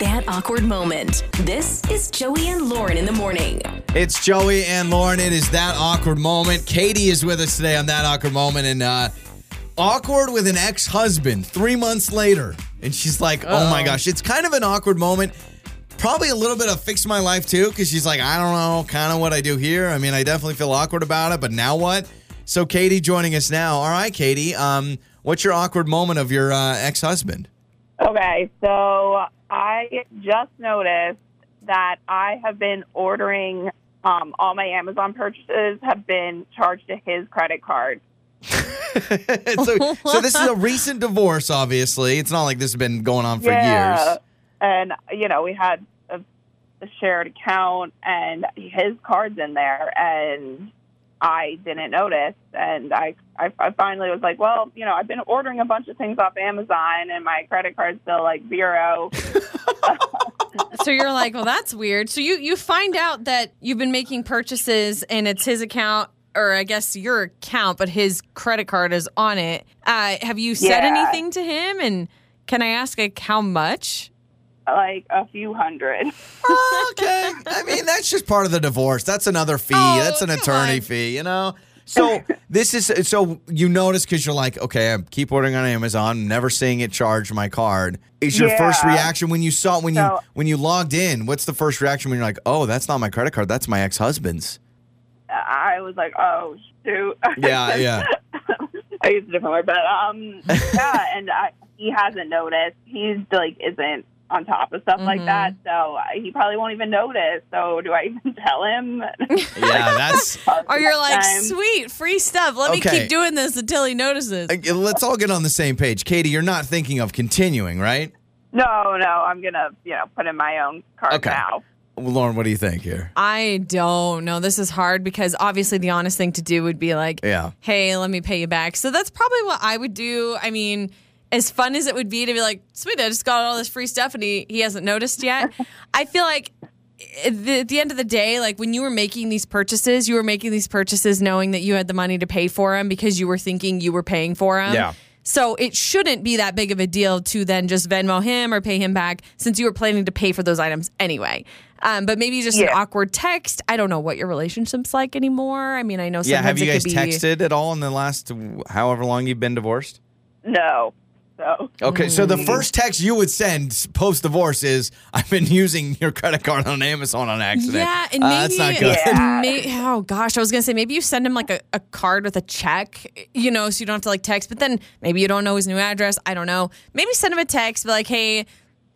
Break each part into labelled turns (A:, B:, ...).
A: that awkward moment. This is Joey and Lauren in the morning.
B: It's Joey and Lauren. It is that awkward moment. Katie is with us today on that awkward moment, and uh, awkward with an ex-husband three months later, and she's like, "Oh my gosh, it's kind of an awkward moment." Probably a little bit of fix my life too, because she's like, "I don't know, kind of what I do here." I mean, I definitely feel awkward about it, but now what? So Katie joining us now. All right, Katie, um, what's your awkward moment of your uh, ex-husband?
C: Okay, so I just noticed that I have been ordering um, all my Amazon purchases have been charged to his credit card.
B: so, so this is a recent divorce, obviously. It's not like this has been going on for years.
C: And you know, we had a, a shared account and his card's in there and I didn't notice and I, I I finally was like, well, you know, I've been ordering a bunch of things off Amazon and my credit card's still like zero.
D: So you're like, well, that's weird. So you you find out that you've been making purchases and it's his account, or I guess your account, but his credit card is on it. Uh, have you said
C: Yeah.
D: anything to him? And can I ask like how much?
C: like a few hundred.
B: Oh, okay. I mean, that's just part of the divorce. That's another fee.
D: Oh,
B: that's an
D: come
B: attorney
D: on.
B: fee, you know? So this is so you notice because you're like, okay, I keep ordering on Amazon, never seeing it charge my card. Is your first
C: Yeah.
B: reaction when you saw when you
C: So-
B: when you logged in? What's the first reaction when you're like, oh, that's not my credit card, that's my ex husband's?
C: I was like, oh shoot.
B: Yeah, yeah.
C: I used a different word, but um, yeah. And I, he hasn't noticed. He's like isn't on top of stuff
D: Mm-hmm.
C: like that, so I, he probably won't even notice. So do I even tell him?
B: Yeah, that's
D: Or you're like,
C: Time.
D: sweet, free stuff. Let me
B: Okay.
D: keep doing this until he notices.
B: uh, let's all get on the same page. Katie, you're not thinking of continuing, right?
C: no, no, I'm gonna you know put in my own card
B: Okay.
C: now.
B: Well, Lauren, what do you think here?
D: I don't know. This is hard because obviously the honest thing to do would be like,
B: Yeah.
D: hey, let me pay you back. So that's probably what I would do. I mean, as fun as it would be to be like, sweet, I just got all this free stuff and he, he hasn't noticed yet. I feel like at the, at the end of the day, like when you were making these purchases, you were making these purchases knowing that you had the money to pay for them because you were thinking you were paying for them.
B: Yeah.
D: So it shouldn't be that big of a deal to then just Venmo him or pay him back since you were planning to pay for those items anyway. Um, but maybe just an
C: Yeah.
D: awkward text. I don't know what your relationship's like anymore. I mean, I know sometimes
B: yeah, have you
D: it
B: guys
D: could be
B: texted at all in the last however long you've been divorced?
C: No, so
B: Okay, so the first text you would send post divorce is, "I've been using your credit card on Amazon on accident."
D: Yeah, and
B: Uh,
D: maybe
B: that's not good.
C: Yeah.
D: may- oh gosh, I was gonna say maybe you send him like a, a card with a check, you know, so you don't have to like text. But then maybe you don't know his new address. I don't know. Maybe send him a text, be like, hey,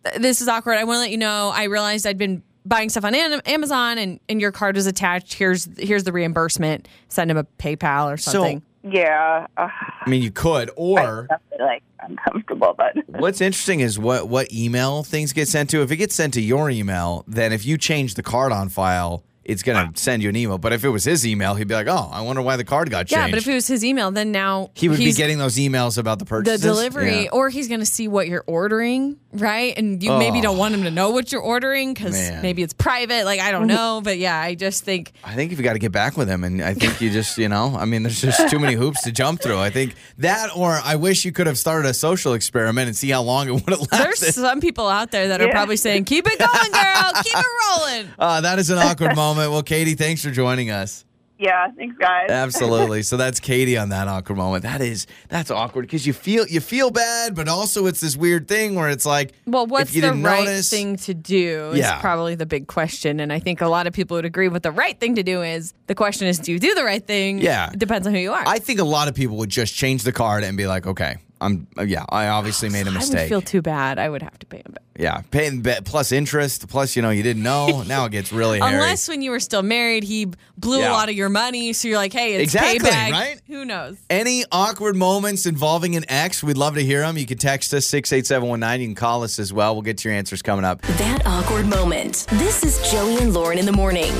D: th- this is awkward. I want to let you know. I realized I'd been buying stuff on Am- Amazon, and and your card was attached. Here's here's the reimbursement. Send him a PayPal or something.
C: yeah, uh,
B: I mean, you could, or
C: definitely like uncomfortable, but
B: what's interesting is what what email things get sent to. If it gets sent to your email, then if you change the card on file, it's gonna send you an email. But if it was his email, he'd be like, "Oh, I wonder why the card got
D: yeah,
B: changed."
D: but if it was his email, then now
B: he would be
D: he's
B: getting those emails about the
D: the
B: purchases.
D: delivery,
B: Yeah.
D: or he's going to see what you're ordering, right? And you maybe
B: Oh.
D: don't want him to know what you're ordering because
B: Man.
D: maybe it's private. Like I don't know, but yeah, I just think
B: I think you've got to get back with him. And I think you just, you know, I mean, there's just too many hoops to jump through. I think that, or I wish you could have started a social experiment and see how long it would have
D: there's
B: lasted.
D: some people out there that are
C: Yeah.
D: probably saying, "Keep it going, girl. Keep it rolling."
B: Uh, that is an awkward moment. Well, Katie, thanks for joining us.
C: yeah, thanks guys.
B: Absolutely. So that's Katie on that awkward moment. That is that's awkward because you feel you feel bad, but also it's this weird thing where it's like,
D: Well, what's
B: if you
D: the
B: didn't
D: right
B: notice,
D: thing to do is
B: Yeah.
D: probably the big question. And I think a lot of people would agree what the right thing to do is. The question is, do you do the right thing?
B: Yeah.
D: It depends on who you are.
B: I think a lot of people would just change the card and be like, okay, I'm yeah, I obviously made a
D: I
B: mistake.
D: would feel too bad. I would have to pay him back.
B: yeah, paying bet plus interest, plus you know you didn't know. now it gets really hairy.
D: Unless when you were still married, he blew
B: Yeah.
D: a lot of your money, so you're like, hey, it's
B: Exactly,
D: payback.
B: right?
D: Who knows?
B: Any awkward moments involving an ex, we'd love to hear them. You can text us 68719. You can call us as well. We'll get your answers coming up.
A: That awkward moment. This is Joey and Lauren in the morning.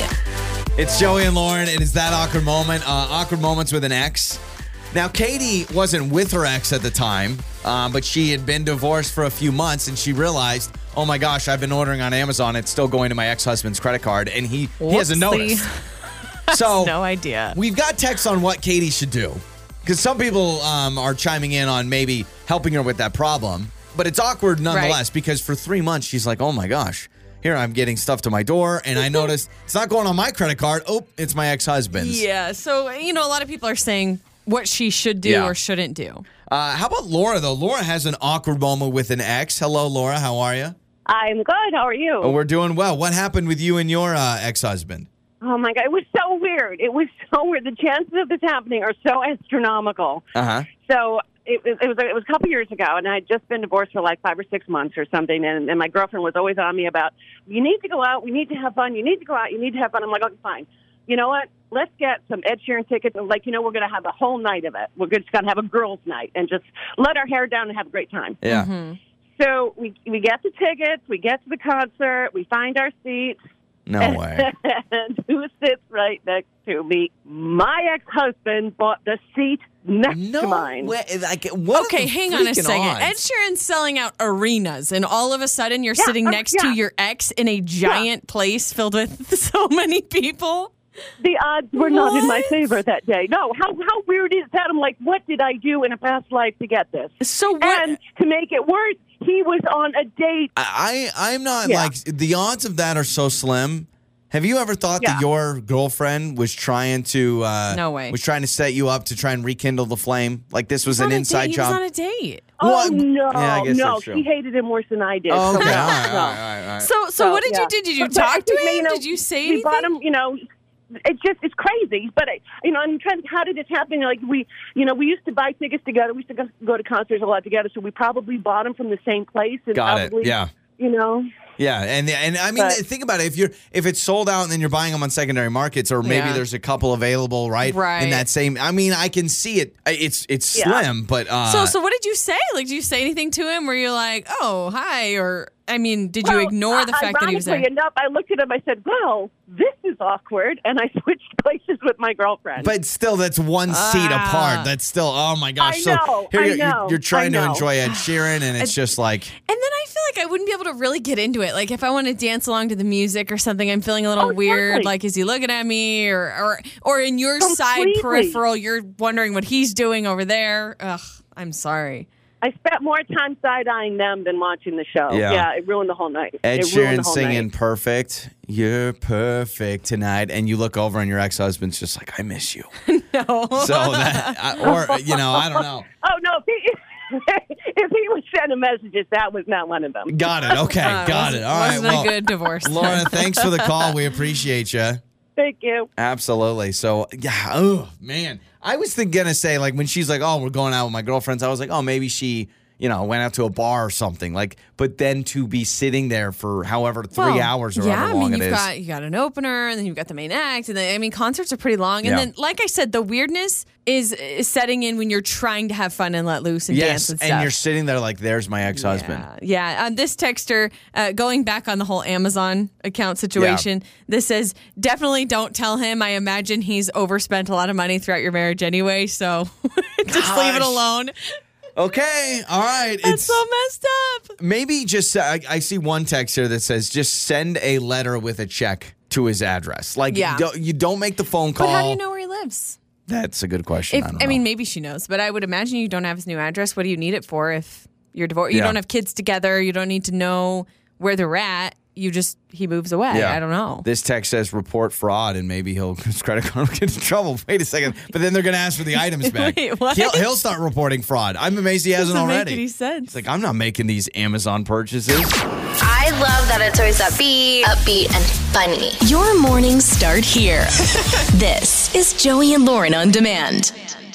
B: It's Joey and Lauren. It is that awkward moment. Uh, awkward moments with an ex. Now, Katie wasn't with her ex at the time, uh, but she had been divorced for a few months and she realized, oh my gosh, I've been ordering on Amazon. It's still going to my ex husband's credit card and he, he hasn't
D: Whoopsie.
B: noticed. So,
D: No idea.
B: We've got texts on what Katie should do because some people um, are chiming in on maybe helping her with that problem. but it's awkward nonetheless because for three months she's like, oh my gosh, here I'm getting stuff to my door, and I noticed it's not going on my credit card. Oh, it's my ex husband's.
D: Yeah. So, you know, a lot of people are saying what she should do
B: Yeah.
D: or shouldn't do.
B: Uh, how about Laura though? Laura has an awkward moment with an ex. Hello, Laura. How are you?
E: I'm good. How are you?
B: Oh, we're doing well. What happened with you and your uh, ex husband?
E: Oh my god, it was so weird. It was so weird. The chances of this happening are so astronomical.
B: Uh huh.
E: So it, was- it was it was a couple years ago, and I had just been divorced for like five or six months or something. And, and my girlfriend was always on me about, you need to go out, we need to have fun, you need to go out, you need to have fun. I'm like, okay, fine. You know what? Let's get some Ed Sheeran tickets. And like, you know, we're going to have a whole night of it. We're just going to have a girls' night and just let our hair down and have a great time.
B: Yeah.
D: Mm-hmm.
E: So we we get the tickets, we get to the concert, we find our seats.
B: No way.
E: and who sits right next to me? My ex husband bought the seat next to mine.
B: way. Like, what are
D: Okay,
B: the
D: hang on a
B: freaking
D: second. Ed
B: odds?
D: Sheeran's selling out arenas, and all of a sudden you're
E: Yeah,
D: sitting
E: uh,
D: next to
E: yeah.
D: your ex in a giant place filled with so many people.
E: The odds were not in my
D: What?
E: favor that day. No, how how weird is that? I'm like, what did I do in a past life to get this?
D: So what?
E: And to make it worse, he was on a date.
B: I, I I'm not
E: Yeah.
B: like the odds of that are so slim. Have you ever thought that
E: Yeah.
B: your girlfriend was trying to uh,
D: No way.
B: was trying to set you up to try and rekindle the flame? Like this was an
D: On a
B: inside
D: date,
B: job.
D: He was on a date.
E: Oh
B: What?
E: no,
B: Yeah, I guess
E: no,
B: that's true.
E: she hated him worse than I did.
B: Oh, okay, all
E: So, no,
B: right, all
E: no.
B: right, all right, all right.
D: So, so what did
E: Oh, yeah.
D: you do? Did you
E: But- but
D: talk to
E: you
D: him?
E: know,
D: did you say
E: we
D: anything?
E: bought him? You know, it's just it's crazy. But I, you know, I'm trying. How did this happen? Like we, you know, we used to buy tickets together. We used to go, go to concerts a lot together. So we probably bought them from the same place. And
B: Got it.
E: probably,
B: Yeah.
E: You know.
B: Yeah, and and I mean,
E: But-
B: think about it. If you're if it's sold out and then you're buying them on secondary markets, or maybe
D: Yeah.
B: there's a couple available, right?
D: Right.
B: In that same, I mean, I can see it. I- It's it's
E: Yeah.
B: slim, but uh,
D: so, so what did you say? Like, did you say anything to him? Were you like, "Oh, hi," or I mean, did you
E: Well,
D: ignore the
E: uh,
D: fact that he was there?
E: ironically enough, I looked at him. I said, "Well, this is awkward," and I switched places with my girlfriend.
B: but still, that's one seat
D: Ah.
B: apart. That's still oh my gosh.
E: I
B: so
E: know,
B: here
E: I
B: you're, you're,
E: know,
B: you're trying
E: I
B: to
E: know.
B: enjoy Ed Sheeran, and it's just like
D: And then I feel like I wouldn't be able to really get into it. Like if I want to dance along to the music or something, I'm feeling a little
E: Oh,
D: weird.
E: totally.
D: Like, is he looking at me, or or or in your side
E: Completely.
D: peripheral, you're wondering what he's doing over there. Ugh, I'm sorry.
E: I spent more time side eyeing them than watching the show.
B: Yeah.
E: it ruined the whole night.
B: Ed
E: It ruined the
B: Sheeran
E: whole
B: singing
E: night.
B: "Perfect," you're perfect tonight, and you look over and your ex husband's just like, I miss you.
D: No.
B: So that, I- or you know, I don't know.
E: Oh no! If he, if he was sending messages, that was not one of them.
B: Got it. Okay,
D: Uh,
B: got
D: wasn't-
B: it. All right.
D: Wasn't
B: well,
D: a good divorce.
B: Laura, thanks for the call. We appreciate you.
E: Thank you.
B: Absolutely. So, yeah. Oh, man. I was think- gonna say like when she's like, "Oh, we're going out with my girlfriends." I was like, "Oh, maybe she, you know, went out to a bar or something." Like, but then to be sitting there for however three
D: Well,
B: hours or
D: yeah,
B: however
D: I
B: long
D: mean,
B: it
D: you've
B: is.
D: got you got an opener, and then you've got the main act, and then I mean, concerts are pretty long. And
B: Yeah.
D: then, like I said, the weirdness is, is setting in when you're trying to have fun and let loose and
B: yes,
D: dance and
B: and,
D: stuff.
B: you're sitting there like, "There's my ex-husband."
D: Yeah. yeah. Um, this texter, uh, going back on the whole Amazon account situation, this says definitely don't tell him. I imagine he's overspent a lot of money throughout your marriage anyway. So just leave
B: Gosh.
D: it alone.
B: Okay. All right.
D: That's
B: it's
D: so messed up.
B: maybe just uh, I, I see one text here that says just send a letter with a check to his address. Like,
D: Yeah.
B: don't, you don't make the phone call.
D: But how do you know where he lives?
B: That's a good question.
D: If
B: I, don't
D: I, mean,
B: know.
D: maybe she knows, but I would imagine you don't have his new address. What do you need it for if you're divorced? You
B: Yeah.
D: don't have kids together. You don't need to know where they're at. You just, he moves away. I don't know.
B: This text says report fraud and maybe he'll his credit card will get in trouble. Wait a second. But then they're gonna ask for the items back.
D: Wait, what?
B: He'll, he'll start reporting fraud. I'm amazed he hasn't
D: Doesn't make
B: already.
D: any sense.
B: It's like I'm not making these Amazon purchases.
F: I love that it's always upbeat, upbeat and funny.
A: Your mornings start here. this is Joey and Lauren on demand.